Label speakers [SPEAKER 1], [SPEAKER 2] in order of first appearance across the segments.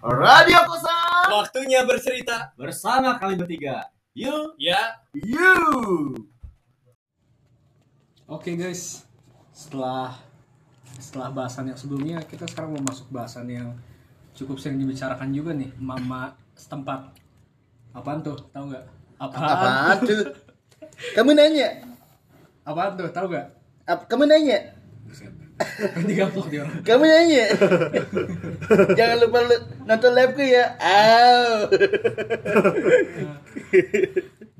[SPEAKER 1] Radio Kosan
[SPEAKER 2] Waktunya bercerita.
[SPEAKER 1] bersama kami bertiga. You,
[SPEAKER 2] Ya,
[SPEAKER 1] you.
[SPEAKER 3] Oke guys, setelah setelah bahasan yang sebelumnya kita sekarang mau masuk bahasan yang cukup sering dibicarakan juga nih, mama setempat. Apaan tuh? Tahu nggak? Apaan?
[SPEAKER 4] Apaan tuh? Kamu nanya?
[SPEAKER 3] Apaan tuh? Tahu nggak?
[SPEAKER 4] Ap- kamu nanya?
[SPEAKER 3] Digaplok dia orang.
[SPEAKER 4] Kamu nanya? Jangan lupa lu- nonton liveku ya. Au.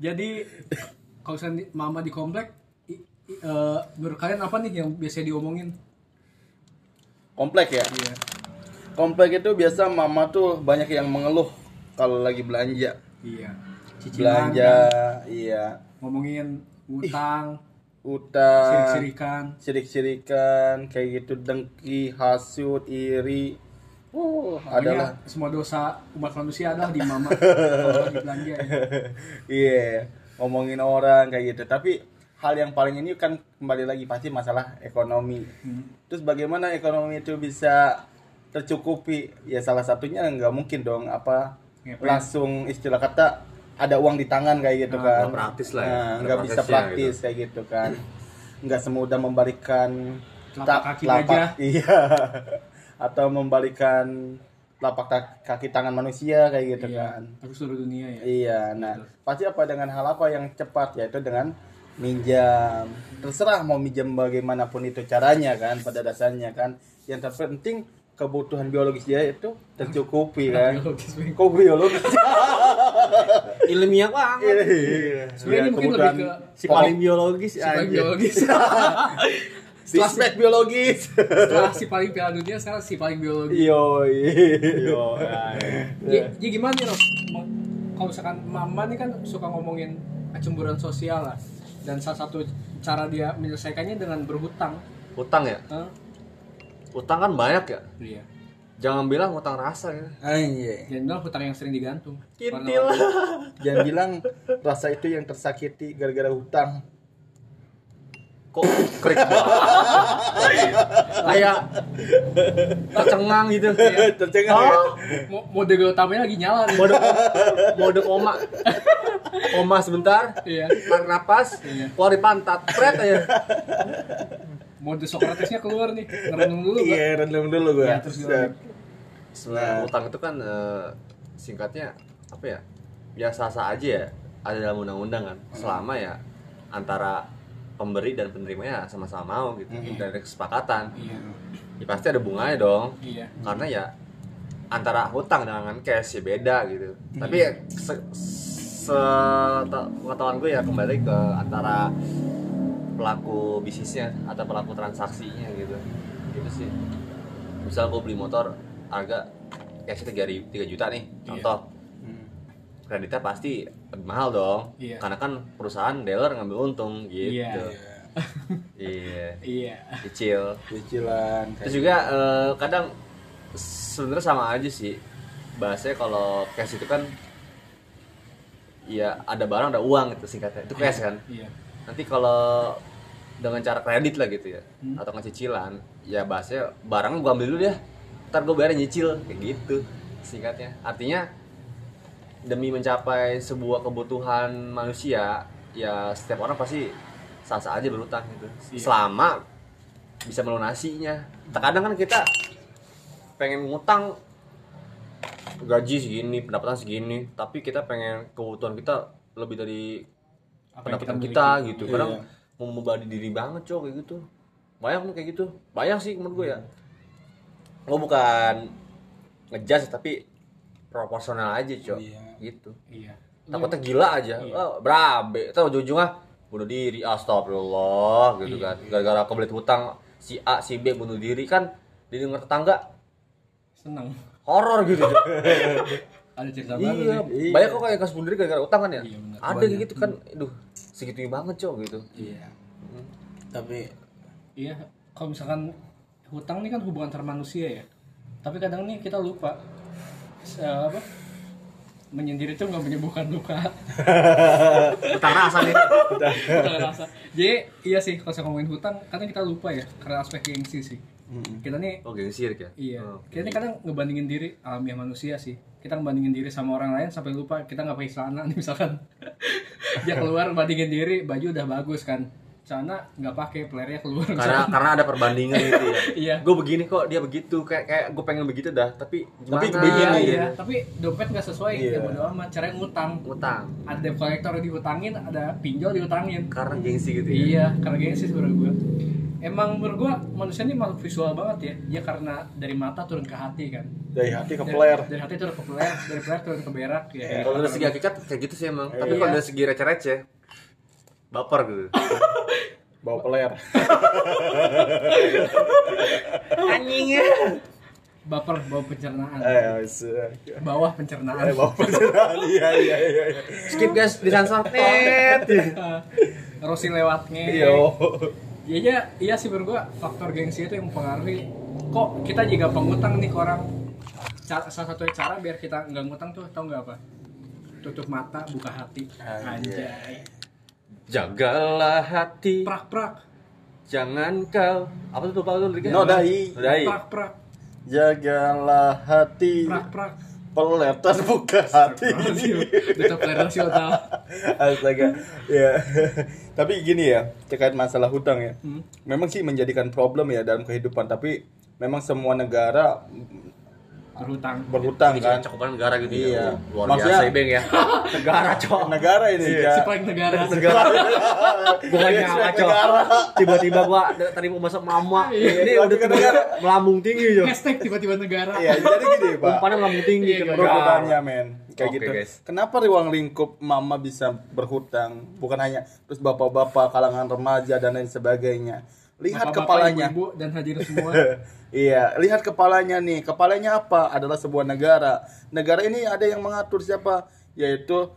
[SPEAKER 3] Jadi kalau misalnya mama di komplek, i- i- eh, menurut kalian apa nih yang biasanya diomongin?
[SPEAKER 4] Komplek ya.
[SPEAKER 3] Iya.
[SPEAKER 4] Komplek itu biasa mama tuh banyak yang mengeluh kalau lagi belanja.
[SPEAKER 3] Iya. Cicilan,
[SPEAKER 4] Belanja,
[SPEAKER 3] kan?
[SPEAKER 4] iya.
[SPEAKER 3] ngomongin utang,
[SPEAKER 4] Eh, Utang,
[SPEAKER 3] sirik-sirikan.
[SPEAKER 4] sirik-sirikan, kayak gitu dengki, hasut, iri. Uh,
[SPEAKER 3] Iya.
[SPEAKER 4] adalah
[SPEAKER 3] Pokoknya semua dosa umat manusia adalah di mama kalau di belanja ya.
[SPEAKER 4] Iya, ngomongin orang kayak gitu. Tapi hal yang paling ini kan kembali lagi pasti masalah ekonomi. Terus bagaimana ekonomi itu bisa tercukupi? Ya salah satunya nggak mungkin dong apa
[SPEAKER 3] Ngepet.
[SPEAKER 4] langsung istilah kata ada uang di tangan kayak gitu kan.
[SPEAKER 1] nggak praktis lah ya,
[SPEAKER 4] Nah,
[SPEAKER 1] nggak
[SPEAKER 4] Nggak bisa
[SPEAKER 1] praktisnya
[SPEAKER 4] praktis kayak gitu kan. Nggak semudah membalikan
[SPEAKER 3] Telapak
[SPEAKER 4] ta-
[SPEAKER 3] kaki
[SPEAKER 4] telapak-
[SPEAKER 3] gajah.
[SPEAKER 4] Iya. Atau membalikan telapak ta- kaki tangan manusia kayak gitu
[SPEAKER 3] Iya,
[SPEAKER 4] kan.
[SPEAKER 3] tapi seluruh dunia ya.
[SPEAKER 4] Iya, nah pasti apa dengan hal apa yang cepat yaitu dengan minjam. Terserah mau minjam bagaimanapun itu caranya kan pada dasarnya kan. Yang terpenting kebutuhan biologis dia itu tercukupi kan.
[SPEAKER 3] Biologis, Bang.
[SPEAKER 4] Kok biologis?
[SPEAKER 1] Ilmiah banget.
[SPEAKER 4] Iya.
[SPEAKER 3] Sebenarnya ini mungkin
[SPEAKER 4] kebutuhan
[SPEAKER 3] lebih ke
[SPEAKER 1] Si paling biologis. ya.
[SPEAKER 3] Si paling
[SPEAKER 4] anjir.
[SPEAKER 3] biologis.
[SPEAKER 4] Si spek biologis.
[SPEAKER 3] Setelah si paling piala dunia sekarang si paling biologis.
[SPEAKER 4] Yo, yo. Iya.
[SPEAKER 3] Ya, ya gimana nih, Rob? Mau- Kalau misalkan mama nih kan suka ngomongin kecemburuan sosial lah. Dan salah satu cara dia menyelesaikannya dengan berhutang.
[SPEAKER 1] Utang ya.
[SPEAKER 3] Hah?
[SPEAKER 1] Utang kan banyak ya.
[SPEAKER 3] Iya.
[SPEAKER 1] Jangan bilang utang rasa ya.
[SPEAKER 4] Anjir.
[SPEAKER 3] Dan bilang hutang yang sering digantung.
[SPEAKER 1] Kintil.
[SPEAKER 3] Warna-warni.
[SPEAKER 4] Jangan bilang rasa itu yang tersakiti gara-gara hutang.
[SPEAKER 1] Kok krik banget. Kayak tercengang gitu.
[SPEAKER 4] Tercengang ya.
[SPEAKER 3] Mo- Mode utamanya lagi nyala nih.
[SPEAKER 1] Mode mode koma. Koma sebentar.
[SPEAKER 3] Iya.
[SPEAKER 1] Tarik napas,
[SPEAKER 3] Iya.
[SPEAKER 1] keluar di pantat, pret aja.
[SPEAKER 3] Mode Socratesnya keluar nih. Ngerenung dulu, Pak.
[SPEAKER 4] Iya, rendam dulu gua.
[SPEAKER 3] Ya, terus gimana?
[SPEAKER 1] Sebenarnya utang itu kan eh, singkatnya apa ya? Biasa-biasa aja ya. Ada dalam undang-undang kan. Selama ya antara pemberi dan penerimanya sama-sama mau gitu dan ada kesepakatan.
[SPEAKER 3] Iya.
[SPEAKER 1] Ya pasti ada bunganya dong.
[SPEAKER 3] Iya.
[SPEAKER 1] Karena ya antara hutang dengan cash ya beda gitu.
[SPEAKER 3] Iya.
[SPEAKER 1] Tapi ya, se, se ta- pengetahuan gue ya kembali ke antara pelaku bisnisnya atau pelaku transaksinya gitu. Gitu sih. Misal gue beli motor harga cash 3, ribu- 3 juta nih,
[SPEAKER 3] Iya.
[SPEAKER 1] contoh.
[SPEAKER 4] Hmm.
[SPEAKER 1] Kreditnya pasti lebih mahal dong.
[SPEAKER 3] Iya.
[SPEAKER 1] Karena kan perusahaan dealer ngambil untung gitu.
[SPEAKER 3] Iya.
[SPEAKER 1] Iya.
[SPEAKER 3] Iya.
[SPEAKER 1] Kecil.
[SPEAKER 4] Cicilan. gitu.
[SPEAKER 1] Terus juga eh, kadang sebenarnya sama aja sih bahasanya kalau cash itu kan ya ada barang ada uang itu singkatnya itu cash kan
[SPEAKER 3] Iya.
[SPEAKER 1] nanti kalau dengan cara kredit lah gitu ya
[SPEAKER 3] Hmm.
[SPEAKER 1] atau ngecicilan ya bahasanya barang gua ambil dulu ya ntar gua bayar nyicil kayak gitu singkatnya artinya demi mencapai sebuah kebutuhan manusia ya setiap orang pasti sah-sah aja berutang gitu
[SPEAKER 3] Iya.
[SPEAKER 1] selama bisa melunasinya terkadang kan kita pengen ngutang gaji segini pendapatan segini tapi kita pengen kebutuhan kita lebih dari
[SPEAKER 3] Apa yang
[SPEAKER 1] pendapatan
[SPEAKER 3] miliki.
[SPEAKER 1] kita, gitu
[SPEAKER 4] Iya.
[SPEAKER 1] kadang mau membebani diri banget cok kayak gitu banyak tuh kayak gitu banyak sih menurut gue ya gue bukan ngejudge tapi proporsional aja cok
[SPEAKER 4] Iya.
[SPEAKER 1] gitu
[SPEAKER 3] Iya.
[SPEAKER 1] takutnya gila aja
[SPEAKER 3] Iya.
[SPEAKER 1] oh, berabe terus ujung-ujungnya bunuh diri astagfirullah
[SPEAKER 3] Iya,
[SPEAKER 1] gitu kan gara-gara kebelit hutang si A si B bunuh diri kan didengar tetangga
[SPEAKER 3] senang.
[SPEAKER 1] horor gitu Cok.
[SPEAKER 3] Ada cerita baru
[SPEAKER 1] iya
[SPEAKER 3] nih.
[SPEAKER 4] Iya.
[SPEAKER 1] banyak kok kayak kasus bunuh diri gara-gara utang kan ya
[SPEAKER 3] Iya, benar.
[SPEAKER 1] ada kayak gitu kan aduh segitunya banget cok gitu
[SPEAKER 4] Iya. Tapi
[SPEAKER 3] Iya, kalau misalkan hutang ini kan hubungan antar manusia ya. Tapi kadang nih kita lupa se- apa? Menyendiri tuh nggak menyembuhkan luka.
[SPEAKER 1] utang rasa nih
[SPEAKER 3] Kita ngerasa. Jadi iya sih kalau saya ngomongin hutang, kadang kita lupa ya karena aspek gengsi sih. Kita nih
[SPEAKER 1] Oh gengsi Rick, ya?
[SPEAKER 3] Iya.
[SPEAKER 1] Oh,
[SPEAKER 3] Kita nih kadang ngebandingin diri alamiah manusia sih. Kita ngebandingin diri sama orang lain sampai lupa kita nggak pakai celana nih misalkan. ya keluar bandingin diri, baju udah bagus kan. Celana nggak pakai, playernya keluar.
[SPEAKER 1] karena karena ada perbandingan gitu ya.
[SPEAKER 3] Iya.
[SPEAKER 1] Gue begini kok dia begitu kayak kayak gue pengen begitu dah tapi gimana?
[SPEAKER 4] Tapi begini,
[SPEAKER 3] Iya,
[SPEAKER 1] gitu.
[SPEAKER 3] iya. Tapi dompet nggak sesuai, ya
[SPEAKER 4] Iya.
[SPEAKER 3] bodo amat. Caranya ngutang.
[SPEAKER 1] Utang
[SPEAKER 3] Ada debt collector dihutangin, ada pinjol dihutangin.
[SPEAKER 1] karena gengsi gitu ya.
[SPEAKER 3] Iya, karena gengsi sebenarnya gue. Emang menurut gue manusia ini makhluk visual banget ya. Dia karena dari mata turun ke hati kan.
[SPEAKER 4] Dari hati ke
[SPEAKER 3] Dari-
[SPEAKER 4] player.
[SPEAKER 3] Dari, hati turun ke player, dari player turun ke berak ya.
[SPEAKER 1] Kalau dari segi hakikat kayak gitu sih emang. Tapi
[SPEAKER 3] Iya.
[SPEAKER 1] kalau dari segi receh-receh baper gitu.
[SPEAKER 4] Bawa player.
[SPEAKER 1] Anjingnya.
[SPEAKER 3] baper bawah pencernaan
[SPEAKER 4] Eh, se-
[SPEAKER 3] bawah pencernaan
[SPEAKER 4] eh, bawa player. Iya, iya, iya. iya.
[SPEAKER 1] Skip guys di sensor net.
[SPEAKER 3] Rosi lewat nge
[SPEAKER 4] Yo.
[SPEAKER 3] iya iya iya sih menurut gua faktor gengsi itu yang mempengaruhi kok kita juga pengutang nih ke orang Ca- salah satu cara biar kita nggak ngutang tuh tau nggak apa tutup mata buka hati
[SPEAKER 4] Anjay.
[SPEAKER 3] anjay
[SPEAKER 1] Jagalah hati,
[SPEAKER 3] prak prak
[SPEAKER 1] jangan kau apa tuh lupa tuh liriknya?
[SPEAKER 4] Nodai.
[SPEAKER 1] Nodai.
[SPEAKER 3] prak prak
[SPEAKER 4] Jagalah hati.
[SPEAKER 3] prak prak
[SPEAKER 4] Peler terbuka hati.
[SPEAKER 3] tetap sih lo tau
[SPEAKER 4] Astaga. Ya. Tapi gini ya, terkait masalah hutang ya.
[SPEAKER 3] Hmm.
[SPEAKER 4] Memang sih menjadikan problem ya dalam kehidupan, tapi memang semua negara
[SPEAKER 3] berhutang
[SPEAKER 4] berhutang kan.
[SPEAKER 1] cakupan negara gitu ya.
[SPEAKER 4] Iya.
[SPEAKER 1] Luar
[SPEAKER 4] Maksudnya-
[SPEAKER 1] biasa Ibeng ya. negara cok.
[SPEAKER 4] Negara ini
[SPEAKER 3] si
[SPEAKER 4] ya.
[SPEAKER 3] paling negara
[SPEAKER 1] Negara. Bukan
[SPEAKER 4] Iya,
[SPEAKER 1] nyala cok.
[SPEAKER 4] negara.
[SPEAKER 1] Tiba-tiba gua d- tadi mau masuk mama.
[SPEAKER 3] Iya,
[SPEAKER 1] Ini
[SPEAKER 4] iya,
[SPEAKER 1] udah
[SPEAKER 4] iya,
[SPEAKER 1] tiba
[SPEAKER 4] negara.
[SPEAKER 1] melambung tinggi cok.
[SPEAKER 3] hashtag tiba-tiba negara
[SPEAKER 4] Iya, jadi gini, Pak.
[SPEAKER 1] Umpannya melambung tinggi
[SPEAKER 3] Iya,
[SPEAKER 1] ke
[SPEAKER 3] iya,
[SPEAKER 4] Bro, gue
[SPEAKER 1] negara.
[SPEAKER 4] tanya men kayak
[SPEAKER 1] Oke,
[SPEAKER 4] gitu
[SPEAKER 1] guys.
[SPEAKER 4] kenapa ruang lingkup mama bisa berhutang bukan hanya terus bapak-bapak kalangan remaja dan lain sebagainya lihat
[SPEAKER 3] Bapak-bapak,
[SPEAKER 4] kepalanya
[SPEAKER 3] ibu-ibu, dan hadirin semua
[SPEAKER 4] iya lihat kepalanya nih kepalanya apa adalah sebuah negara negara ini ada yang mengatur siapa yaitu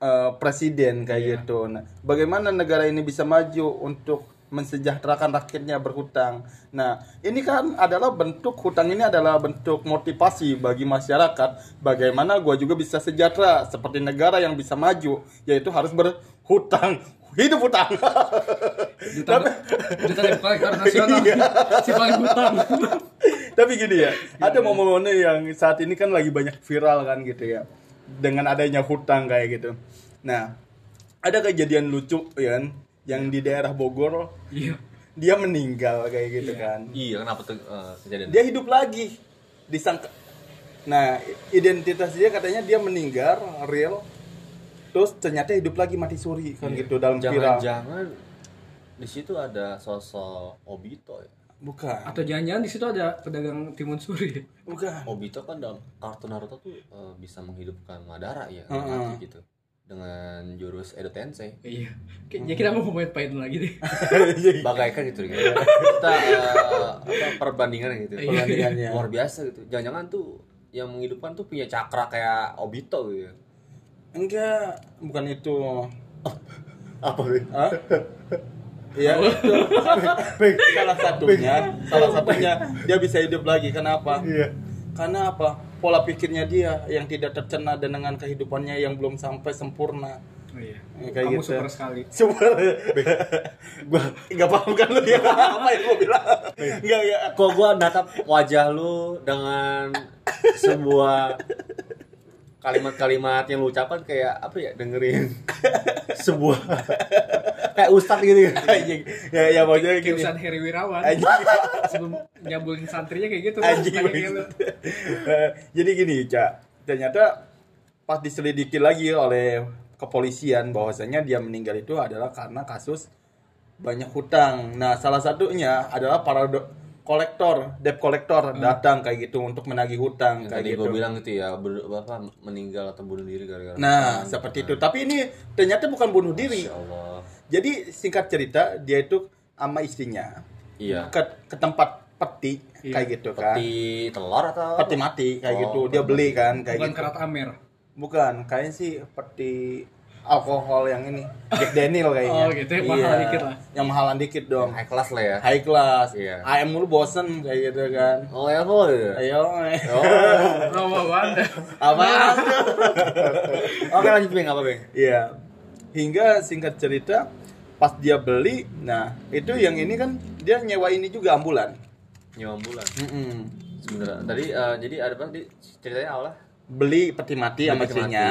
[SPEAKER 4] eh, presiden kayak gitu nah bagaimana negara ini bisa maju untuk mensejahterakan rakyatnya berhutang. Nah, ini kan adalah bentuk hutang ini adalah bentuk motivasi bagi masyarakat bagaimana gua juga bisa sejahtera seperti negara yang bisa maju yaitu harus berhutang. Hidup hutang.
[SPEAKER 3] Duta, duta debt collector nasional si paling hutang
[SPEAKER 4] Tapi gini ya, ada momen-momen yang saat ini kan lagi banyak viral kan gitu ya. Dengan adanya hutang kayak gitu. Nah, ada kejadian lucu ya kan yang di daerah Bogor
[SPEAKER 3] iya
[SPEAKER 4] dia meninggal kayak gitu kan.
[SPEAKER 1] Iya, kenapa tuh eh, kejadian?
[SPEAKER 4] Dia hidup lagi. Disangka Nah, identitas dia katanya dia meninggal real terus ternyata hidup lagi mati suri kan gitu dalam viral.
[SPEAKER 1] Jangan-jangan di situ ada sosok Obito ya.
[SPEAKER 4] Bukan.
[SPEAKER 3] atau jangan-jangan di situ ada pedagang timun suri
[SPEAKER 4] Bukan.
[SPEAKER 1] Obito kan dalam kartu Naruto tuh eh, bisa menghidupkan Madara ya,
[SPEAKER 4] Heeh.
[SPEAKER 1] mati gitu dengan jurus Edo Tensei.
[SPEAKER 3] iya kayaknya kita mau main Python lagi deh
[SPEAKER 4] Iya.
[SPEAKER 1] Bagaikan gitu ya. Kita eh, apa, perbandingan gitu.
[SPEAKER 3] Iya.
[SPEAKER 4] Perbandingannya.
[SPEAKER 1] Luar biasa gitu. Jangan-jangan tuh yang menghidupkan tuh punya cakra kayak Obito gitu. ya.
[SPEAKER 4] Enggak, bukan itu.
[SPEAKER 1] Apa gitu?
[SPEAKER 4] Hah? Iya, itu. salah satunya, salah satunya dia bisa hidup lagi. Kenapa? Karena apa? Pola pikirnya dia yang tidak tercena dan dengan kehidupannya yang belum sampai sempurna.
[SPEAKER 3] oh, iya.
[SPEAKER 4] Ya,
[SPEAKER 3] kamu super sekali
[SPEAKER 4] Super. gua enggak paham kan lu ya apa yang gua bilang. Enggak, enggak.
[SPEAKER 1] Kok gua natap wajah lu dengan sebuah kalimat-kalimat yang lu ucapkan kayak apa ya dengerin sebuah kayak ustadz gitu ya.
[SPEAKER 4] Anjing. Ya ya maksudnya gini.
[SPEAKER 3] Kiusan Heri Wirawan
[SPEAKER 4] Anjing.
[SPEAKER 3] sebelum nyambulin santrinya kayak gitu
[SPEAKER 4] Anjing
[SPEAKER 3] tanya kayak lu.
[SPEAKER 4] maksud- Eh, Jadi gini, Cak. Ternyata pas diselidiki lagi oleh kepolisian bahwasanya dia meninggal itu adalah karena kasus banyak hutang. Nah, salah satunya adalah para do- kolektor, debt kolektor datang kayak gitu untuk menagih
[SPEAKER 1] Hmm.
[SPEAKER 4] hutang
[SPEAKER 1] Yang
[SPEAKER 4] kayak
[SPEAKER 1] tadi
[SPEAKER 4] gitu.
[SPEAKER 1] gue bilang itu ya ber, apa meninggal atau bunuh diri gara-gara
[SPEAKER 4] Nah,
[SPEAKER 1] hutang.
[SPEAKER 4] seperti itu. Tapi ini ternyata bukan bunuh diri.
[SPEAKER 1] Hmm. Masya Allah
[SPEAKER 4] Jadi singkat cerita, dia itu sama istrinya
[SPEAKER 1] iya
[SPEAKER 4] ke, ke tempat peti kayak gitu kan.
[SPEAKER 1] peti telur atau apa?
[SPEAKER 4] Peti mati kayak
[SPEAKER 1] Oh,
[SPEAKER 4] gitu. Dia beli kan kayak
[SPEAKER 3] bukan
[SPEAKER 4] gitu.
[SPEAKER 3] kerat Amer
[SPEAKER 4] Bukan, kayaknya sih peti alkohol yang ini, Jack Daniel kayaknya. Iya,
[SPEAKER 3] Oh, gitu, yang mahal dikit lah.
[SPEAKER 4] Yang mahalan dikit dong.
[SPEAKER 1] high class lah ya
[SPEAKER 4] High class.
[SPEAKER 1] Iya.
[SPEAKER 4] AM mulu bosen kayak gitu kan.
[SPEAKER 1] oh ya Oh, boy
[SPEAKER 4] Ayo.
[SPEAKER 3] rawa wanda
[SPEAKER 4] Apa?
[SPEAKER 1] oke lanjut bing apa bing
[SPEAKER 4] Iya. Hingga singkat cerita pas dia beli, nah itu yang ini kan dia nyewa ini juga ambulan.
[SPEAKER 1] nyewa ambulan
[SPEAKER 4] Mm-mm.
[SPEAKER 1] sebenarnya tadi eh, jadi ada apa tadi ceritanya awalnya
[SPEAKER 4] Beli peti mati Iya, sama
[SPEAKER 1] Mati
[SPEAKER 4] istrinya.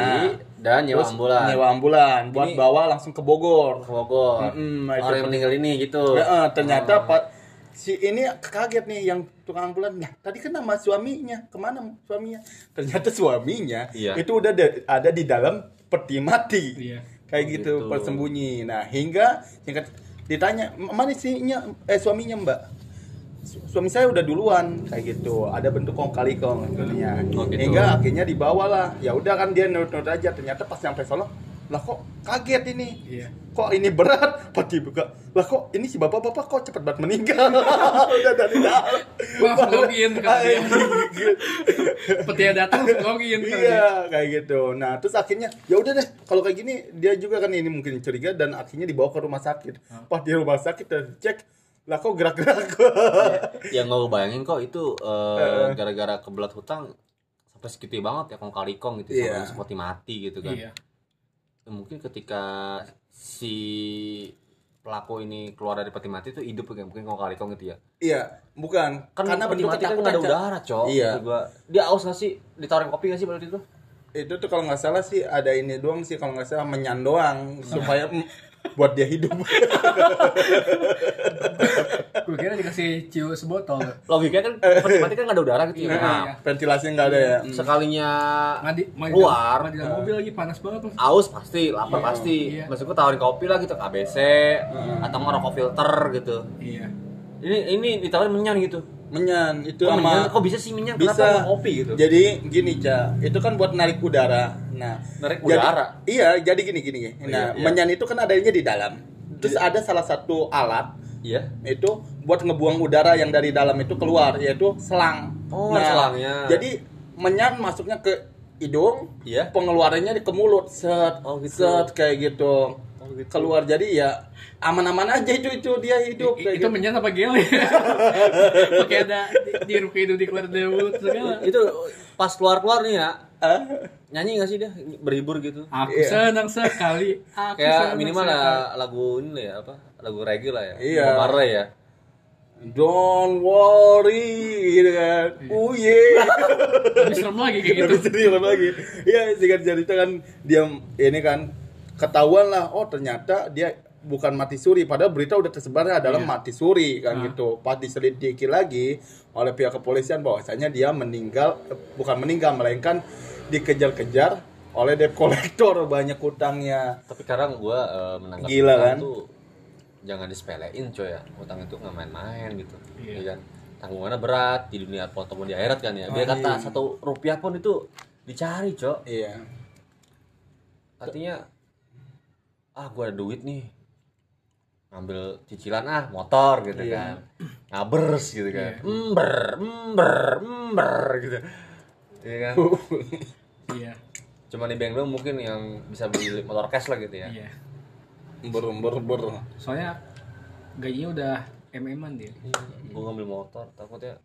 [SPEAKER 1] dan nyewa
[SPEAKER 4] Terus
[SPEAKER 1] ambulan
[SPEAKER 4] Nyewa ambulan buat
[SPEAKER 1] Ini-
[SPEAKER 4] bawa langsung ke Bogor.
[SPEAKER 1] ke Bogor
[SPEAKER 4] Mm-mm, itu
[SPEAKER 1] orang yang meninggal ini gitu
[SPEAKER 4] Heeh, ternyata Pak si ini kaget nih yang tukang ambulan. Nah, tadi kan nama suaminya. Kemana suaminya? Ternyata suaminya
[SPEAKER 1] Iya.
[SPEAKER 4] itu udah ada, ada di dalam peti mati.
[SPEAKER 3] Iya.
[SPEAKER 4] Kayak
[SPEAKER 1] Oh,
[SPEAKER 4] gitu,
[SPEAKER 1] gitu.
[SPEAKER 4] persembunyi. Nah, hingga singkat ditanya, "M- "Mana sihnya eh suaminya, Mbak?" Su- Suami saya udah duluan kayak gitu, ada bentuk kong kali kong tentunya.
[SPEAKER 1] Oh, gitu.
[SPEAKER 4] Hingga akhirnya dibawalah. Ya udah kan dia nurut-nurut aja. Ternyata pas nyampe Solo, lah kok kaget ini
[SPEAKER 3] Iya.
[SPEAKER 4] kok ini berat pas dibuka lah kok ini si bapak-bapak kok cepet banget meninggal udah dari dalam
[SPEAKER 3] Wah, login kan
[SPEAKER 4] Ay,
[SPEAKER 3] dia. Petia datang login kan dia.
[SPEAKER 4] iya kayak gitu nah terus akhirnya ya udah deh kalau kayak gini dia juga kan ini mungkin curiga dan akhirnya dibawa ke rumah sakit pas di rumah sakit dan cek lah kok gerak-gerak
[SPEAKER 3] Iya.
[SPEAKER 1] yang Ya, nggak lu bayangin kok itu eh, gara-gara kebelat hutang sampai segitu banget ya kong kali kong gitu yeah.
[SPEAKER 4] Iya.
[SPEAKER 1] seperti mati gitu kan
[SPEAKER 3] Iya.
[SPEAKER 1] mungkin ketika si pelaku ini keluar dari peti mati itu hidup ya mungkin kong kali kong gitu ya
[SPEAKER 4] iya bukan
[SPEAKER 1] kan karena peti mati kan
[SPEAKER 4] ketakutan,
[SPEAKER 1] ada
[SPEAKER 4] Cak.
[SPEAKER 1] udara cok
[SPEAKER 4] iya
[SPEAKER 1] Maksud gua, dia aus nggak sih ditawarin kopi nggak sih pada itu
[SPEAKER 4] itu tuh kalau nggak salah sih ada ini doang sih kalau nggak salah menyan doang supaya mm, buat dia hidup Nah,
[SPEAKER 3] Gue kira dikasih ciu sebotol.
[SPEAKER 1] logikanya kan
[SPEAKER 4] Eh.
[SPEAKER 1] peti mati kan nggak ada udara gitu ya nah,
[SPEAKER 4] nah, ventilasi nggak ada ya
[SPEAKER 1] Hmm.
[SPEAKER 4] Mm.
[SPEAKER 1] sekalinya
[SPEAKER 3] Mandi, mandi
[SPEAKER 1] Keluar.
[SPEAKER 3] Mandi dalam mobil lagi panas banget tuh.
[SPEAKER 1] aus pasti lapar
[SPEAKER 4] Iya, Hmm.
[SPEAKER 1] pasti
[SPEAKER 3] iya.
[SPEAKER 1] maksudku tawarin kopi lah gitu KBC atau nggak rokok filter gitu
[SPEAKER 3] Iya.
[SPEAKER 1] ini ini ditawarin menyan gitu
[SPEAKER 4] Menyan itu
[SPEAKER 1] Kok
[SPEAKER 4] sama
[SPEAKER 1] menyan? kok bisa sih minyak
[SPEAKER 4] bisa
[SPEAKER 1] kenapa sama kopi gitu
[SPEAKER 4] Jadi gini, Ca, itu kan buat narik udara. Nah,
[SPEAKER 1] Narik
[SPEAKER 4] jadi-
[SPEAKER 1] udara?
[SPEAKER 4] Iya, jadi gini gini. gini.
[SPEAKER 1] Iya, iya.
[SPEAKER 4] Nah, menyan itu kan adanya di dalam. Terus ada salah satu alat
[SPEAKER 1] iya
[SPEAKER 4] itu buat ngebuang udara yang dari dalam itu keluar, yaitu selang. Nah,
[SPEAKER 1] Oh, ada selangnya.
[SPEAKER 4] Jadi menyan masuknya ke hidung,
[SPEAKER 1] Iya.
[SPEAKER 4] pengeluarannya di ke mulut, set,
[SPEAKER 1] Oh, gitu.
[SPEAKER 4] set kayak gitu.
[SPEAKER 1] Oh, gitu.
[SPEAKER 4] Keluar jadi ya aman-aman aja itu itu dia hidup
[SPEAKER 3] I-
[SPEAKER 4] kayak
[SPEAKER 3] itu
[SPEAKER 4] gitu.
[SPEAKER 3] menyan apa gel ya? Pakai ada di- dirup ke hidung dikeluar dari mulut segala.
[SPEAKER 1] itu pas keluar keluar nih ya
[SPEAKER 4] Ah.
[SPEAKER 1] nyanyi nggak sih dia berhibur gitu
[SPEAKER 3] Aku
[SPEAKER 4] Iya.
[SPEAKER 3] senang sekali. Aku
[SPEAKER 1] kayak
[SPEAKER 3] senang
[SPEAKER 1] minimal
[SPEAKER 3] sekali.
[SPEAKER 1] lah lagu ini lah ya apa lagu reggae lah ya
[SPEAKER 4] Iya.
[SPEAKER 1] Bomare ya
[SPEAKER 4] Don't worry gitu kan.
[SPEAKER 1] Iya.
[SPEAKER 4] Oh yeah.
[SPEAKER 3] Lebih serem lagi kayak gitu.
[SPEAKER 4] Lebih serius lagi. Iya, singkat cerita kan dia ini kan ketahuan lah oh ternyata dia bukan mati suri padahal berita udah tersebarnya adalah
[SPEAKER 3] Iya.
[SPEAKER 4] mati suri
[SPEAKER 3] Ah.
[SPEAKER 4] kan gitu. Pas diselidiki lagi oleh pihak kepolisian bahwasanya dia meninggal eh, bukan meninggal melainkan dikejar-kejar oleh debt collector banyak hutangnya.
[SPEAKER 1] tapi sekarang gua eh, menanggapi
[SPEAKER 4] Gila,
[SPEAKER 1] hutang
[SPEAKER 4] kan?
[SPEAKER 1] tuh jangan disepelein coy ya utang itu nggak main-main gitu
[SPEAKER 3] Iya.
[SPEAKER 1] ya kan tanggungannya berat di dunia ataupun di akhirat kan
[SPEAKER 3] Oh,
[SPEAKER 1] ya biar
[SPEAKER 4] Ah,
[SPEAKER 1] kata
[SPEAKER 4] iya.
[SPEAKER 1] satu rupiah pun itu dicari cok
[SPEAKER 4] Iya.
[SPEAKER 1] artinya ah gua ada duit nih ngambil cicilan ah motor gitu
[SPEAKER 4] Iya.
[SPEAKER 1] kan ngabers gitu kan
[SPEAKER 3] Iya.
[SPEAKER 1] ember ember ember gitu Iya kan
[SPEAKER 3] Iya.
[SPEAKER 1] cuma di bank doang mungkin yang bisa beli motor cash lah gitu ya
[SPEAKER 3] Iya.
[SPEAKER 4] ber ber ber.
[SPEAKER 3] Soalnya gajinya udah MM-an dia.
[SPEAKER 1] gue ngambil motor takutnya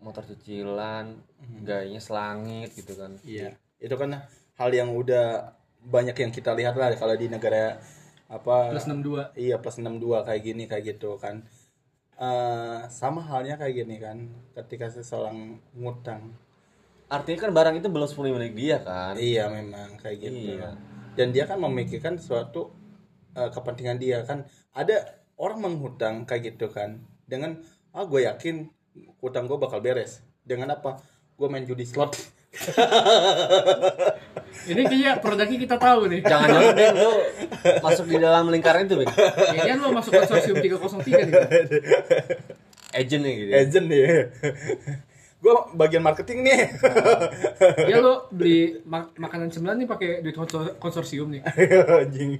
[SPEAKER 1] motor cicilan
[SPEAKER 3] Hmm.
[SPEAKER 1] gayanya selangit gitu kan
[SPEAKER 4] Iya, itu kan hal yang udah banyak yang kita lihat lah kalau di negara apa
[SPEAKER 3] Plus 62.
[SPEAKER 4] iya plus 62 kayak gini kayak gitu kan. Eh sama halnya kayak gini kan ketika seseorang ngutang.
[SPEAKER 1] artinya kan barang itu belum sepenuhnya milik dia kan
[SPEAKER 4] Iya memang kayak gitu.
[SPEAKER 1] Iya.
[SPEAKER 4] Dan dia kan memikirkan suatu eh, kepentingan dia kan. Ada orang menghutang kayak gitu kan dengan ah gue yakin hutang gue bakal beres. Dengan apa? Gue main judi slot.
[SPEAKER 3] Ini kayaknya produknya kita tahu nih.
[SPEAKER 1] jangan jangan Bang, lu masuk di dalam lingkaran itu Bang.
[SPEAKER 3] Kayaknya lu kan masuk konsorsium 303 nih. Bang.
[SPEAKER 1] agentnya gitu
[SPEAKER 4] agent ya gue bagian marketing nih
[SPEAKER 3] Ya lu beli mak- makanan cemilan nih pakai duit konsor- konsorsium nih.
[SPEAKER 4] anjing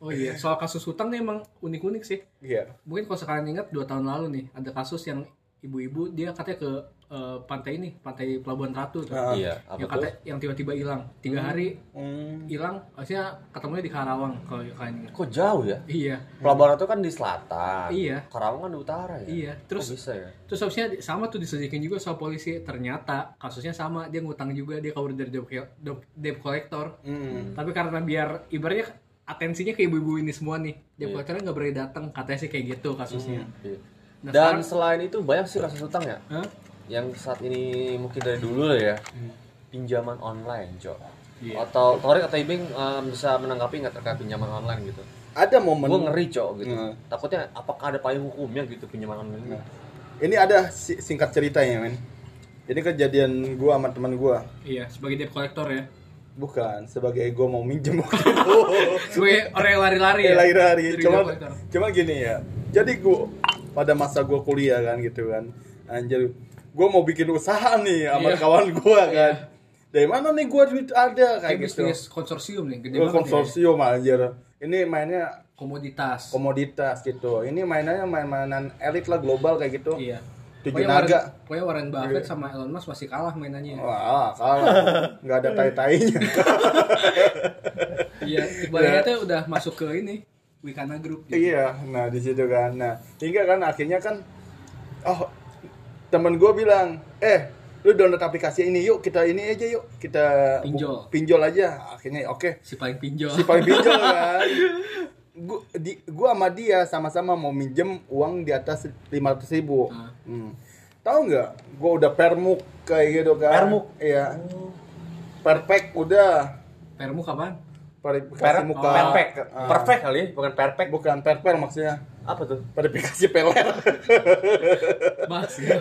[SPEAKER 3] Oh iya, soal kasus hutang nih emang unik-unik sih.
[SPEAKER 4] iya
[SPEAKER 3] Mungkin kalau sekalian ingat dua tahun lalu nih, ada kasus yang ibu-ibu dia katanya ke eh, pantai ini, pantai Pelabuhan Ratu tuh.
[SPEAKER 4] Ah.
[SPEAKER 1] iya apa
[SPEAKER 3] Oh. yang
[SPEAKER 1] tuh
[SPEAKER 3] kata yang tiba-tiba hilang. Tiga hari
[SPEAKER 4] Hmm.
[SPEAKER 3] hilang, maksudnya ketemunya di Karawang kalau kalian ingat.
[SPEAKER 1] kok jauh ya
[SPEAKER 3] Iya,
[SPEAKER 1] Pelabuhan itu kan di selatan
[SPEAKER 3] Iya.
[SPEAKER 1] Karawang kan di utara ya
[SPEAKER 3] iya.
[SPEAKER 1] Kok
[SPEAKER 3] Terus
[SPEAKER 4] Oh,
[SPEAKER 1] bisa ya
[SPEAKER 3] Terus habisnya di- sama tuh diselidikin juga sama polisi. Ternyata kasusnya sama, dia ngutang juga, dia kabur dari debt co- debt- debt collector.
[SPEAKER 4] Hmm.
[SPEAKER 3] Tapi karena biar ibaratnya
[SPEAKER 4] Iya.
[SPEAKER 3] atensinya ke ibu-ibu ini semua nih, debt collectornya nggak berani datang, katanya sih kayak gitu kasusnya.
[SPEAKER 1] Iya.
[SPEAKER 3] Nah,
[SPEAKER 1] Dan
[SPEAKER 3] sekarang-
[SPEAKER 1] selain itu banyak sih kasus utang ya
[SPEAKER 4] Hmm.
[SPEAKER 3] Hah?
[SPEAKER 1] yang saat ini mungkin dari dulu lah ya pinjaman online Jo
[SPEAKER 3] Iya.
[SPEAKER 1] atau Torik atau Ibing eh, bisa menanggapi nggak terkait pinjaman online gitu
[SPEAKER 4] Ada momen
[SPEAKER 1] gue ngeri Jo gitu
[SPEAKER 4] Iya.
[SPEAKER 1] takutnya apakah ada payung hukumnya gitu pinjaman online ini?
[SPEAKER 4] Ini ada si- singkat ceritanya, men. Ini kejadian gua sama teman gua.
[SPEAKER 3] Iya, sebagai debt collector ya.
[SPEAKER 4] Bukan sebagai gua mau minjem waktu
[SPEAKER 3] Sebagai orang yang lari-lari Oh, ya.
[SPEAKER 4] lari-lari.
[SPEAKER 3] Jadi
[SPEAKER 4] Cuma
[SPEAKER 3] debt collector.
[SPEAKER 4] cuma gini ya. Jadi gua pada masa gua kuliah kan gitu kan. Anjir, gua mau bikin usaha nih sama
[SPEAKER 3] Iya.
[SPEAKER 4] kawan gua kan. Dari mana nih gua duit ada
[SPEAKER 3] Kayak
[SPEAKER 4] kayak gitu.
[SPEAKER 3] bisnis konsorsium nih, gede banget
[SPEAKER 4] Gua
[SPEAKER 3] ya.
[SPEAKER 4] konsorsium anjir. Ini mainnya
[SPEAKER 3] Komoditas.
[SPEAKER 4] komoditas gitu. Ini mainannya main-mainan elit lah global kayak gitu.
[SPEAKER 3] Iya.
[SPEAKER 4] Tujuh
[SPEAKER 3] Pokoknya
[SPEAKER 4] naga. Iya. Oh.
[SPEAKER 3] Warren- Pokoknya Warren Buffett sama Elon Musk masih kalah mainannya.
[SPEAKER 4] Wah, kalah. Nggak ada tai-tainya.
[SPEAKER 3] Iya, ibaratnya tuh udah masuk ke ini Wikana Group. gitu.
[SPEAKER 4] iya, nah di situ kan. Nah, hingga kan akhirnya kan oh temen gue bilang, "Eh, lu download aplikasi ini yuk, kita ini aja yuk, kita bu-
[SPEAKER 3] Pinjol.
[SPEAKER 4] pinjol aja." Akhirnya oke.
[SPEAKER 3] Si paling pinjol.
[SPEAKER 4] Si paling pinjol kan. Gu- di- Gua, sama dia sama-sama mau minjem uang di atas 500 ribu.
[SPEAKER 3] Ah.
[SPEAKER 4] Hmm. Tahu nggak? Gua udah permuk kayak gitu kan.
[SPEAKER 1] Permuk?
[SPEAKER 4] Iya. Perfect udah.
[SPEAKER 3] Permu kapan?
[SPEAKER 4] Verifikasi muka.
[SPEAKER 1] Perfect.
[SPEAKER 4] Ah.
[SPEAKER 1] Perfect kali, ya, bukan perfect.
[SPEAKER 4] Bukan perpel maksudnya.
[SPEAKER 1] Apa tuh?
[SPEAKER 4] Verifikasi peler.
[SPEAKER 3] Mas. ya.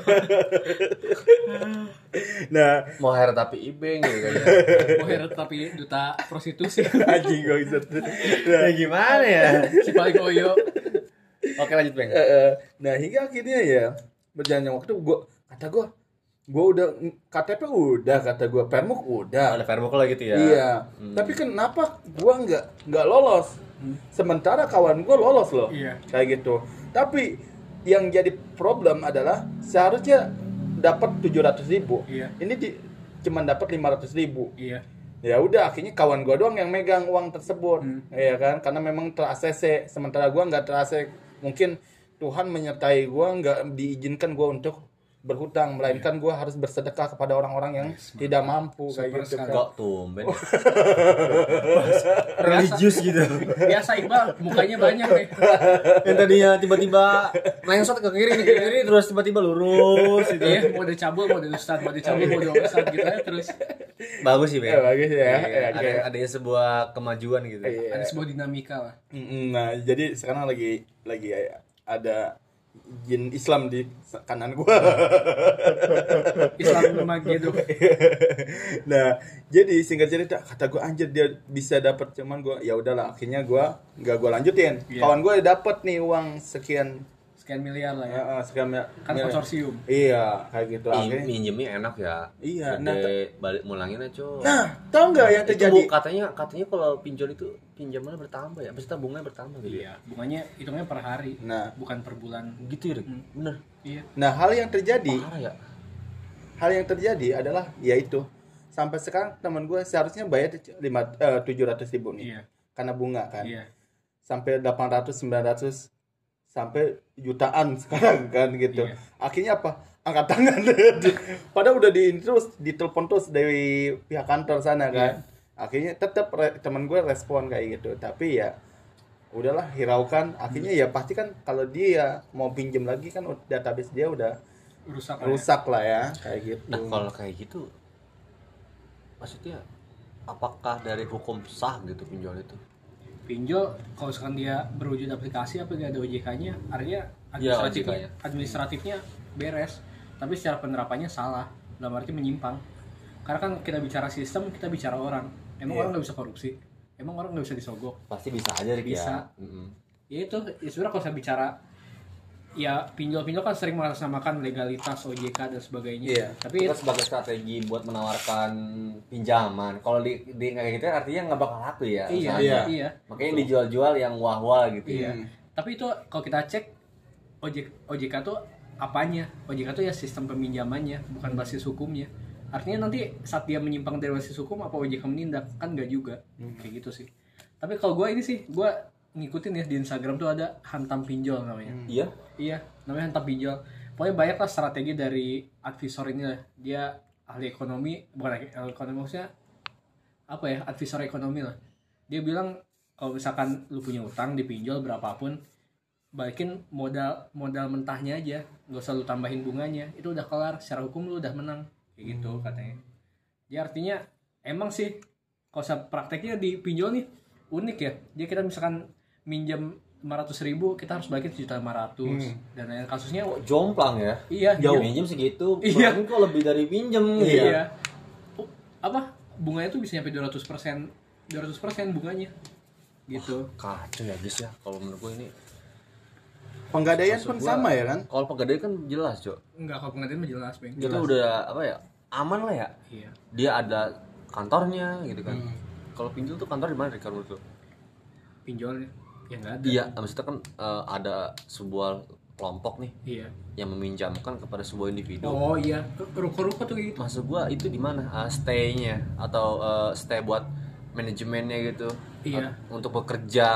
[SPEAKER 4] nah,
[SPEAKER 1] Mau hair tapi ibing gitu kan.
[SPEAKER 3] Moher tapi duta prostitusi.
[SPEAKER 4] anjing gue bisa. Nah,
[SPEAKER 1] ya gimana ya?
[SPEAKER 3] si paling oyo.
[SPEAKER 1] Oke lanjut Bang.
[SPEAKER 4] eh, eh, nah, hingga akhirnya ya berjalannya waktu gua kata gua gua udah KTP udah kata gua permuk udah.
[SPEAKER 1] Ada fairbook lah gitu ya.
[SPEAKER 4] Iya. Tapi kenapa gua nggak nggak lolos? Sementara kawan gua lolos loh.
[SPEAKER 3] Iya.
[SPEAKER 4] Kayak gitu. Tapi yang jadi problem adalah seharusnya dapat 700.000 ribu.
[SPEAKER 3] Iya.
[SPEAKER 4] Ini di, cuman dapat 500.000 ribu.
[SPEAKER 3] Iya.
[SPEAKER 4] Ya udah akhirnya kawan gua doang yang megang uang tersebut.
[SPEAKER 3] Hmm.
[SPEAKER 4] Iya kan? Karena memang ter-ACC. Sementara gua nggak ter-ACC. Mungkin Tuhan menyertai gua nggak diizinkan gua untuk berhutang melainkan gua harus bersedekah kepada orang-orang yang tidak mampu
[SPEAKER 3] Super
[SPEAKER 4] kayak gitu kan.
[SPEAKER 3] sekali.
[SPEAKER 1] Kok tumben. Religius gitu.
[SPEAKER 3] Biasa Iqbal, mukanya banyak nih.
[SPEAKER 1] Yang tadinya tiba-tiba lengsot ke kiri ke kiri terus tiba-tiba lurus gitu.
[SPEAKER 3] Iya, mau ada cabul, mau ada ustad, mau ada cabul, mau ada ustad gitu aja terus.
[SPEAKER 1] Bagus sih, Bang.
[SPEAKER 4] Ya, bagus ya.
[SPEAKER 1] Iya,
[SPEAKER 4] Ya,
[SPEAKER 1] ada
[SPEAKER 4] kayak-
[SPEAKER 1] adanya sebuah kemajuan gitu.
[SPEAKER 4] Iya.
[SPEAKER 3] Ada sebuah dinamika lah.
[SPEAKER 4] Mm-mm, Nah, jadi sekarang lagi lagi ada jin Islam di kanan gua.
[SPEAKER 3] Islam gitu. Magedo.
[SPEAKER 4] nah, jadi singkat cerita kata gua anjir dia bisa dapat cuman gua ya udahlah akhirnya gua nggak gua lanjutin.
[SPEAKER 3] Iya.
[SPEAKER 4] Kawan gua dapat nih uang sekian
[SPEAKER 3] Sekian miliar lah ya.
[SPEAKER 4] eh, eh, sekian mil-
[SPEAKER 3] Kan
[SPEAKER 4] mil-
[SPEAKER 3] konsorsium.
[SPEAKER 4] Iya, kayak gitu
[SPEAKER 1] Min-
[SPEAKER 4] akhirnya.
[SPEAKER 1] Minjemnya enak ya.
[SPEAKER 4] Iya,
[SPEAKER 1] Gede,
[SPEAKER 4] nah,
[SPEAKER 1] balik mulangin aja, Cok.
[SPEAKER 4] Nah, tahu nggak yang
[SPEAKER 1] itu
[SPEAKER 4] terjadi?
[SPEAKER 1] bu, katanya katanya kalau pinjol itu pinjamannya bertambah ya, maksudnya bunganya bertambah gitu. ya?
[SPEAKER 3] Iya, bunganya hitungnya per hari,
[SPEAKER 4] Nah,
[SPEAKER 3] bukan per bulan.
[SPEAKER 1] Gitu ya, Rick? bener.
[SPEAKER 3] Iya.
[SPEAKER 4] nah hal yang terjadi
[SPEAKER 1] Parah ya.
[SPEAKER 4] hal yang terjadi adalah yaitu sampai sekarang teman gue seharusnya bayar lima eh, tujuh ratus ribu nih
[SPEAKER 3] Iya.
[SPEAKER 4] karena bunga kan
[SPEAKER 3] Iya.
[SPEAKER 4] sampai 800 900 sampai jutaan sekarang kan gitu
[SPEAKER 3] Iya.
[SPEAKER 4] akhirnya apa angkat tangan padahal udah di terus ditelepon terus dari pihak kantor sana kan akhirnya tetap re- teman gue respon kayak gitu tapi ya udahlah hiraukan akhirnya ya pasti kan kalau dia mau pinjem lagi kan ud- database dia udah
[SPEAKER 3] Rusak. lah ya.
[SPEAKER 4] rusak lah ya kayak gitu
[SPEAKER 1] Nah kalau kayak gitu, maksudnya apakah dari hukum sah gitu pinjol itu?
[SPEAKER 3] Pinjol kalau sekarang dia berwujud aplikasi apa nggak ada OJK-nya, artinya
[SPEAKER 1] Iya,
[SPEAKER 3] administratifnya,
[SPEAKER 1] OJK-nya.
[SPEAKER 3] administratifnya beres, tapi secara penerapannya salah. Dalam arti menyimpang. Karena kan kita bicara sistem, kita bicara orang.
[SPEAKER 4] Iya.
[SPEAKER 3] Emang orang nggak bisa korupsi? Emang orang nggak bisa disogok?
[SPEAKER 1] Pasti bisa aja Rick
[SPEAKER 3] Bisa.
[SPEAKER 1] ya. Mm-mm.
[SPEAKER 3] ya itu ya sebenarnya kalau saya bicara ya pinjol-pinjol kan sering mengatasnamakan legalitas OJK dan sebagainya
[SPEAKER 4] Iya.
[SPEAKER 3] tapi
[SPEAKER 1] Itu kan sebagai strategi buat menawarkan pinjaman. Kalau di, di kayak gitu artinya nggak bakal laku ya.
[SPEAKER 3] iya
[SPEAKER 1] usahanya.
[SPEAKER 4] Iya.
[SPEAKER 3] iya
[SPEAKER 1] Makanya dijual-jual yang wah-wah gitu.
[SPEAKER 3] iya tapi itu kalau kita cek OJK, OJK tuh apanya OJK tuh ya sistem peminjamannya bukan basis hukumnya artinya nanti saat dia menyimpang dari basis hukum apa OJK menindak kan nggak juga kayak gitu sih tapi kalau gue ini sih gue ngikutin ya di Instagram tuh ada hantam pinjol namanya
[SPEAKER 1] Iya.
[SPEAKER 3] Iya, namanya hantam pinjol. Pokoknya banyak lah strategi dari advisor ini lah. Dia ahli ekonomi, bukan ahli ekonomi maksudnya apa ya, advisor ekonomi lah. Dia bilang kalau misalkan lu punya utang dipinjol berapapun, balikin modal modal mentahnya aja nggak usah lu tambahin bunganya itu udah kelar secara hukum lu udah menang kayak gitu katanya jadi artinya emang sih konsep prakteknya di pinjol nih unik ya jadi kita misalkan minjem 500 ribu kita harus balikin 1.500 dan lain kasusnya
[SPEAKER 1] Kok jomplang ya?
[SPEAKER 3] Iya,
[SPEAKER 1] Jauh
[SPEAKER 3] iya.
[SPEAKER 1] minjem segitu,
[SPEAKER 3] Iya.
[SPEAKER 1] iya. kok lebih dari pinjem gitu.
[SPEAKER 3] iya Oh, apa bunganya tuh bisa nyampe 200 persen 200 bunganya gitu
[SPEAKER 1] Kacau ya guys ya, kalau menurut gue ini.
[SPEAKER 4] Penggadaian pun sama ya kan?
[SPEAKER 1] Kalau pegawai kan jelas, Cok.
[SPEAKER 3] nggak kalau pengertian mah jelas bang
[SPEAKER 1] Itu udah apa ya? Aman lah ya.
[SPEAKER 3] iya
[SPEAKER 1] Dia ada kantornya gitu kan.
[SPEAKER 3] Hmm.
[SPEAKER 1] Kalau pinjol tuh kantor di mana Ricardo menurut lu?
[SPEAKER 3] pinjolnya ya nggak ada
[SPEAKER 1] Iya, maksudnya kan eh, ada sebuah kelompok nih
[SPEAKER 3] iya
[SPEAKER 1] yang meminjamkan kepada sebuah individu.
[SPEAKER 3] oh iya Ke- ke ruko-ruko tuh kayak gitu
[SPEAKER 1] Maksud gua itu di mana? Eh, stay-nya atau eh, stay buat manajemennya gitu.
[SPEAKER 3] Iya.
[SPEAKER 1] At- Untuk bekerja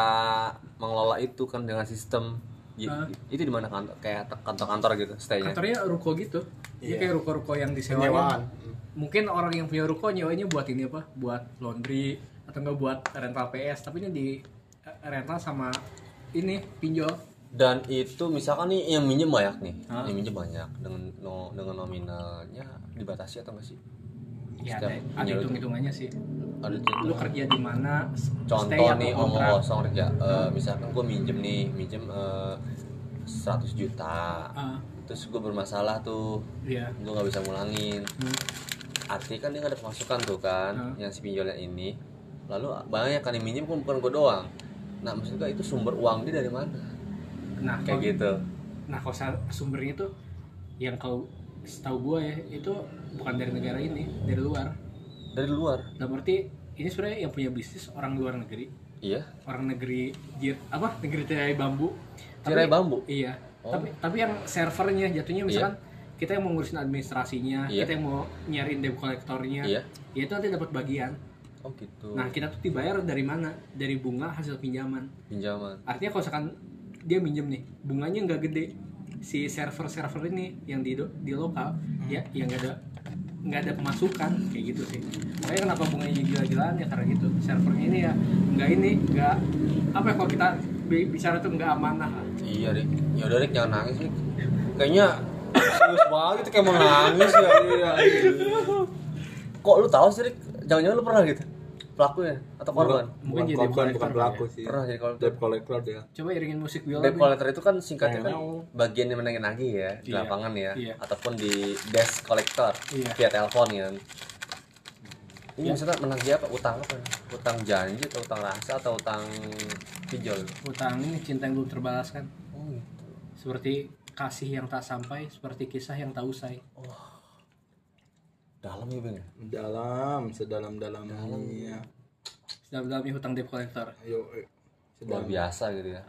[SPEAKER 1] mengelola itu kan dengan sistem Y-
[SPEAKER 3] Hah?
[SPEAKER 1] itu di mana kantor kayak te- kantor-kantor gitu stay-nya.
[SPEAKER 3] kantornya ruko gitu Dia
[SPEAKER 4] Iya.
[SPEAKER 3] kayak ruko-ruko yang disewain
[SPEAKER 4] Penyewaan.
[SPEAKER 3] mungkin orang yang punya ruko nyewanya buat ini apa buat laundry atau enggak buat rental PS tapi ini di eh, rental sama ini pinjol
[SPEAKER 1] Dan itu misalkan nih yang minjem banyak nih,
[SPEAKER 3] Ah.
[SPEAKER 1] yang minjem banyak dengan no- dengan nominalnya dibatasi atau enggak sih?
[SPEAKER 3] ya
[SPEAKER 1] Setiap
[SPEAKER 3] ada, ada
[SPEAKER 1] pinjol itu.
[SPEAKER 3] hitung-hitungannya sih
[SPEAKER 1] Ada
[SPEAKER 3] lu
[SPEAKER 1] contoh,
[SPEAKER 3] kerja di mana s- stay
[SPEAKER 1] contoh
[SPEAKER 3] atau
[SPEAKER 1] nih omong
[SPEAKER 3] kontrak Ah.
[SPEAKER 1] kosong ya. Eh, misalkan gua minjem nih, minjem eh, 100 juta.
[SPEAKER 3] Ah,
[SPEAKER 1] Terus gua bermasalah tuh.
[SPEAKER 3] iya
[SPEAKER 1] gue nggak bisa ngulangin
[SPEAKER 3] Hmm.
[SPEAKER 1] artinya kan dia nggak ada pemasukan tuh kan
[SPEAKER 3] Hmm.
[SPEAKER 1] yang si pinjolnya ini lalu banyak kan yang minjem kan bukan gue doang nah maksud gua itu sumber uang dia dari mana
[SPEAKER 3] nah
[SPEAKER 1] kayak
[SPEAKER 3] kalau-
[SPEAKER 1] gitu
[SPEAKER 3] nah kalau sa- sumbernya itu yang kau setahu gue ya itu bukan dari negara ini dari luar
[SPEAKER 1] dari luar
[SPEAKER 3] dalam arti ini sebenarnya yang punya bisnis orang luar negeri
[SPEAKER 1] iya
[SPEAKER 3] orang negeri jir, apa negeri tirai bambu Tapi-
[SPEAKER 1] Tirai bambu?
[SPEAKER 3] iya
[SPEAKER 1] Oh.
[SPEAKER 3] tapi tapi yang servernya jatuhnya misalkan kita yang mau ngurusin administrasinya
[SPEAKER 1] Iya.
[SPEAKER 3] kita yang mau nyariin debt collectornya
[SPEAKER 1] Iya.
[SPEAKER 3] ya itu nanti dapat bagian
[SPEAKER 1] oh gitu
[SPEAKER 3] nah kita tuh dibayar dari mana dari bunga hasil pinjaman
[SPEAKER 1] pinjaman
[SPEAKER 3] artinya kalau misalkan dia minjem nih bunganya nggak gede si server server ini yang di do- di lokal
[SPEAKER 4] Hmm.
[SPEAKER 3] ya yang nggak ada nggak ada pemasukan kayak gitu sih makanya kenapa bunganya gila-gilaan ya karena gitu servernya ini ya nggak ini nggak apa ya kalau kita bi- bicara tuh nggak amanah lah.
[SPEAKER 1] iya Rik ya udah Rik jangan nangis Rik kayaknya serius banget itu kayak mau nangis ya Iya, iya. kok lu tahu sih Rik jangan-jangan lu pernah gitu pelakunya atau korban
[SPEAKER 3] mungkin
[SPEAKER 4] Bukan
[SPEAKER 3] jadi
[SPEAKER 4] korban,
[SPEAKER 3] kolektor
[SPEAKER 4] bukan
[SPEAKER 3] kali
[SPEAKER 4] pelaku sih.
[SPEAKER 1] pernah jadi korban
[SPEAKER 4] Debt collector dia.
[SPEAKER 3] coba iringin musik biola
[SPEAKER 1] Debt
[SPEAKER 3] nih.
[SPEAKER 1] collector itu kan singkatnya kan
[SPEAKER 4] Tengok.
[SPEAKER 1] bagian yang menagih nagih ya di
[SPEAKER 3] Iya.
[SPEAKER 1] lapangan ya
[SPEAKER 3] Iya.
[SPEAKER 1] ataupun di desk collector
[SPEAKER 3] Iya.
[SPEAKER 1] via telepon kan. Ini maksudnya menagih apa? Utang apa? Utang janji atau utang rasa atau utang pinjol?
[SPEAKER 3] utang ini cinta yang belum terbalaskan
[SPEAKER 1] Oh
[SPEAKER 3] iya.
[SPEAKER 1] gitu.
[SPEAKER 3] seperti kasih yang tak sampai seperti kisah yang tak usai
[SPEAKER 1] Dalam ya bang.
[SPEAKER 4] Dalam, sedalam-dalamnya.
[SPEAKER 3] dalam-dalamnya hutang debt collector
[SPEAKER 4] Ayo, eh,
[SPEAKER 1] Luar
[SPEAKER 4] sedalam.
[SPEAKER 1] biasa gitu ya.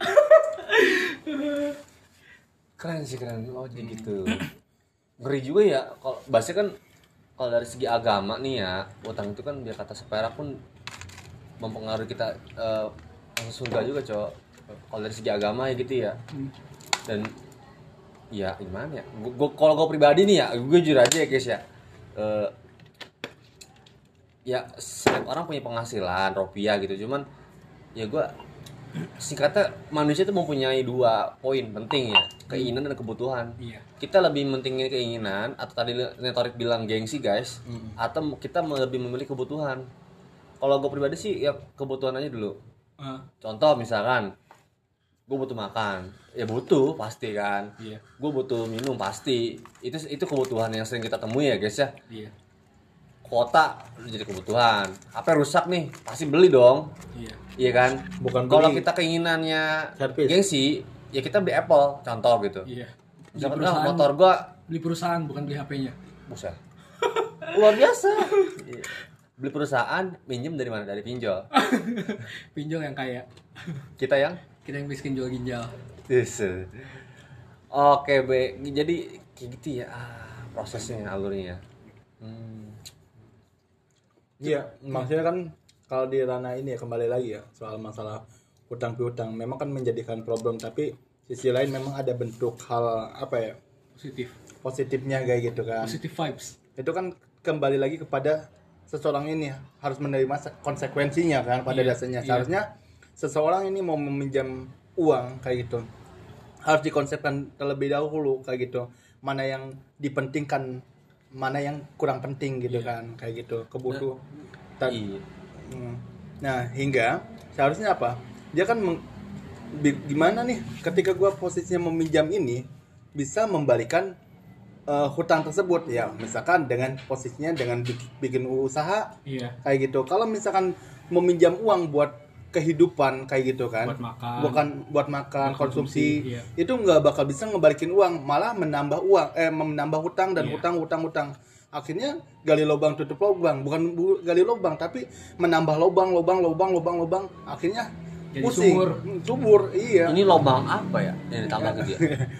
[SPEAKER 1] keren sih keren. Oh jadi gitu. Ngeri juga ya. Kalau bahasnya kan kalau dari segi agama nih ya utang itu kan biar kata seperak pun mempengaruhi kita eh langsung surga juga cowok. Kalau dari segi agama ya gitu ya. Dan ya gimana ya? Gua, gua- kalau gue pribadi nih ya, gue jujur aja ya guys ya. Eh, ya setiap orang punya penghasilan rupiah gitu cuman ya gue singkatnya manusia itu mempunyai dua poin penting ya keinginan dan kebutuhan
[SPEAKER 3] Iya.
[SPEAKER 1] kita lebih mentingin keinginan atau tadi Netorik bilang gengsi guys atau kita lebih memilih kebutuhan kalau gue pribadi sih ya kebutuhan aja dulu
[SPEAKER 3] Ah,
[SPEAKER 1] contoh misalkan gue butuh makan ya butuh pasti kan
[SPEAKER 3] iya
[SPEAKER 1] gue butuh minum pasti itu itu kebutuhan yang sering kita temui ya guys ya
[SPEAKER 3] iya
[SPEAKER 1] kuota udah jadi kebutuhan apa yang rusak nih pasti beli dong
[SPEAKER 3] iya
[SPEAKER 1] iya kan
[SPEAKER 4] Bukan beli.
[SPEAKER 1] kalau kita keinginannya
[SPEAKER 4] Servis.
[SPEAKER 1] gengsi ya kita beli Apple contoh gitu
[SPEAKER 3] iya
[SPEAKER 1] misalkan ah, motor gua
[SPEAKER 3] beli perusahaan bukan beli HP-nya
[SPEAKER 1] buset luar biasa Iya. beli perusahaan minjem dari mana dari pinjol
[SPEAKER 3] pinjol yang kaya
[SPEAKER 1] kita yang
[SPEAKER 3] kita yang miskin jual ginjal
[SPEAKER 1] Yes. Oke, Be. Jadi kayak gitu ya ah, prosesnya alurnya. ya. Hmm.
[SPEAKER 4] Iya, maksudnya kan kalau di ranah ini ya kembali lagi ya soal masalah utang piutang memang kan menjadikan problem tapi sisi lain memang ada bentuk hal apa ya
[SPEAKER 3] positif
[SPEAKER 4] positifnya kayak gitu kan
[SPEAKER 3] positif vibes
[SPEAKER 4] itu kan kembali lagi kepada seseorang ini ya, harus menerima se- konsekuensinya kan pada
[SPEAKER 3] Iya,
[SPEAKER 4] dasarnya
[SPEAKER 3] iya.
[SPEAKER 4] seharusnya seseorang ini mau meminjam uang kayak gitu harus dikonsepkan terlebih dahulu kayak gitu mana yang dipentingkan mana yang kurang penting
[SPEAKER 3] Iya.
[SPEAKER 4] gitu kan kayak gitu kebutuhan
[SPEAKER 3] Nah,
[SPEAKER 1] Iya.
[SPEAKER 4] Hmm. Nah, hingga seharusnya apa? Dia kan meng- bi- gimana nih ketika gua posisinya meminjam ini bisa membalikan eh, hutang tersebut ya, misalkan dengan posisinya dengan bik- bikin usaha
[SPEAKER 3] Iya.
[SPEAKER 4] kayak gitu. Kalau misalkan meminjam uang buat kehidupan kayak gitu kan.
[SPEAKER 3] Buat makan.
[SPEAKER 4] Bukan buat makan,
[SPEAKER 3] Buat
[SPEAKER 4] konsumsi.
[SPEAKER 3] konsumsi, iya.
[SPEAKER 4] Itu nggak bakal bisa ngebalikin uang, malah menambah uang eh menambah hutang dan
[SPEAKER 3] Iya.
[SPEAKER 4] hutang hutang hutang. Akhirnya gali lubang tutup lubang, bukan bu- gali lubang tapi menambah lubang lubang lobang lubang lubang. Akhirnya
[SPEAKER 3] Jadi
[SPEAKER 4] pusing.
[SPEAKER 3] sumur.
[SPEAKER 4] Hmm, Sumur, iya.
[SPEAKER 1] Ini lobang apa ya yang ditambah ke dia?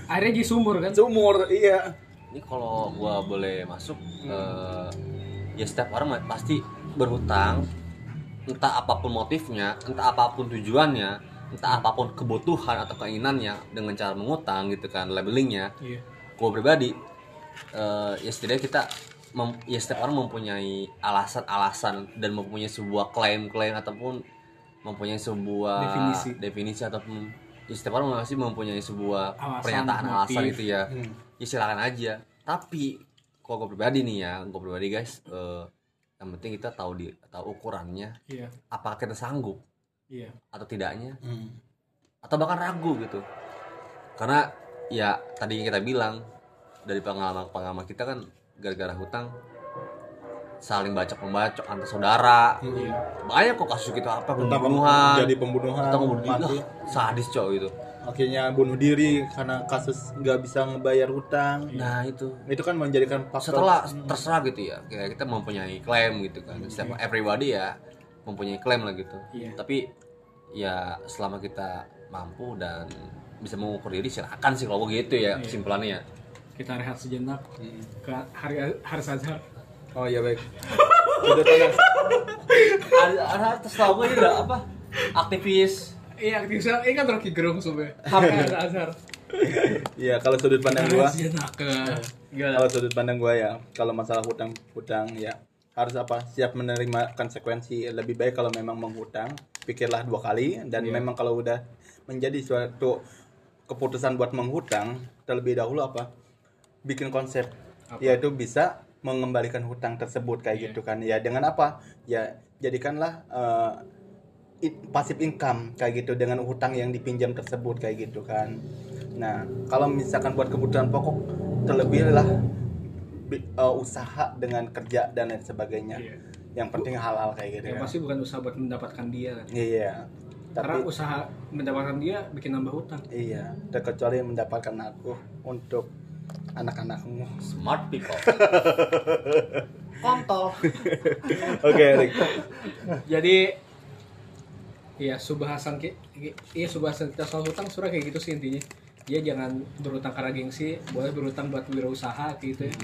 [SPEAKER 3] Akhirnya jadi sumur kan?
[SPEAKER 4] Sumur, iya.
[SPEAKER 1] Ini kalau gua boleh masuk eh, ya setiap orang ma- pasti berhutang entah apapun motifnya, entah apapun tujuannya, entah apapun kebutuhan atau keinginannya dengan cara mengutang gitu kan labelingnya.
[SPEAKER 3] Iya.
[SPEAKER 1] Gua pribadi eh, ya setidaknya kita mem- ya setiap orang mempunyai alasan-alasan dan mempunyai sebuah klaim-klaim ataupun mempunyai sebuah
[SPEAKER 3] Definisi.
[SPEAKER 1] definisi ataupun ya setiap orang masih mempunyai sebuah
[SPEAKER 3] Alasan,
[SPEAKER 1] pernyataan alasan
[SPEAKER 3] motif.
[SPEAKER 1] itu ya ya silakan aja tapi kalau gue pribadi nih ya gue pribadi guys eh, yang penting kita tahu di tahu ukurannya
[SPEAKER 3] Iya.
[SPEAKER 1] apakah kita sanggup
[SPEAKER 3] Iya.
[SPEAKER 1] atau tidaknya atau bahkan ragu gitu karena ya tadi yang kita bilang dari pengalaman pengalaman kita kan gara-gara hutang saling bacok membacok antar saudara
[SPEAKER 3] Iya.
[SPEAKER 1] banyak kok kasus gitu apa
[SPEAKER 4] Entah
[SPEAKER 1] pembunuhan
[SPEAKER 4] jadi pembunuhan,
[SPEAKER 1] atau pembunuhan
[SPEAKER 4] mati.
[SPEAKER 1] Ah, sadis cowok gitu
[SPEAKER 4] Akhirnya bunuh diri karena kasus nggak bisa ngebayar hutang.
[SPEAKER 1] nah itu
[SPEAKER 4] Itu kan menjadikan faktor
[SPEAKER 1] setelah terserah gitu ya kayak kita mempunyai klaim gitu kan
[SPEAKER 4] Hmm,
[SPEAKER 1] setiap
[SPEAKER 4] iya.
[SPEAKER 1] everybody ya mempunyai klaim lah gitu
[SPEAKER 3] Iya.
[SPEAKER 1] tapi ya selama kita mampu dan bisa mengukur diri silakan sih kalau gua gitu ya
[SPEAKER 3] Iya.
[SPEAKER 1] kesimpulannya
[SPEAKER 3] Kita rehat sejenak ke hari hari saja.
[SPEAKER 4] Oh iya baik. Sudah tenang.
[SPEAKER 1] ada terserah gue ini apa aktivis
[SPEAKER 3] Iya, aktivitas ini kan Rocky Gerung sebenarnya. Hari Azhar.
[SPEAKER 4] Iya, kalau sudut pandang gua,
[SPEAKER 3] Hari sejenak ke
[SPEAKER 4] kalau sudut pandang gua ya, kalau masalah hutang-hutang ya harus apa? Siap menerima konsekuensi. Lebih baik kalau memang menghutang, pikirlah dua kali dan memang kalau udah menjadi suatu keputusan buat menghutang, terlebih dahulu apa? Bikin konsep yaitu bisa mengembalikan hutang tersebut kayak gitu kan. Ya dengan apa? Ya jadikanlah eh, i- passive income kayak gitu dengan hutang yang dipinjam tersebut kayak gitu kan. Nah, kalau misalkan buat kebutuhan pokok terlebihlah bi- uh, usaha dengan kerja dan lain sebagainya.
[SPEAKER 3] Iya.
[SPEAKER 4] Yang penting halal kayak gitu.
[SPEAKER 3] Yang
[SPEAKER 4] kan.
[SPEAKER 3] pasti bukan usaha buat mendapatkan dia kan.
[SPEAKER 4] Iya.
[SPEAKER 3] Karena
[SPEAKER 4] Tapi
[SPEAKER 3] usaha mendapatkan dia bikin nambah hutang.
[SPEAKER 4] iya, terkecuali mendapatkan aku untuk anak-anakmu.
[SPEAKER 1] smart people
[SPEAKER 3] Kontol.
[SPEAKER 4] Oke, Rick.
[SPEAKER 3] Jadi Iya, subahasan ki, ki- iya subahasan kita soal hutang surah kayak gitu sih intinya. Ya jangan berhutang karena gengsi, boleh berhutang buat wirausaha kayak gitu ya.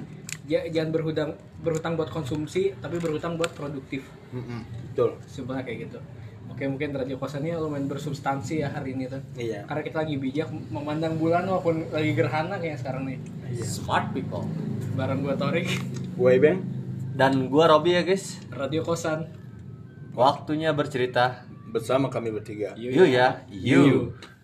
[SPEAKER 3] Ya, jangan berhutang berhutang buat konsumsi, tapi berhutang buat produktif.
[SPEAKER 4] Mm-mm, Betul.
[SPEAKER 3] Sebenarnya kayak gitu. Oke, mungkin radio kosannya lumayan bersubstansi ya hari ini tuh.
[SPEAKER 4] Iya.
[SPEAKER 3] Karena kita lagi bijak memandang bulan maupun lagi gerhana kayak sekarang nih.
[SPEAKER 1] smart people
[SPEAKER 3] Bareng gua Torik,
[SPEAKER 4] Gue Ibeng.
[SPEAKER 1] dan gua Robby ya guys
[SPEAKER 3] radio kosan.
[SPEAKER 1] waktunya bercerita
[SPEAKER 4] bersama kami bertiga.
[SPEAKER 1] yuk ya yuk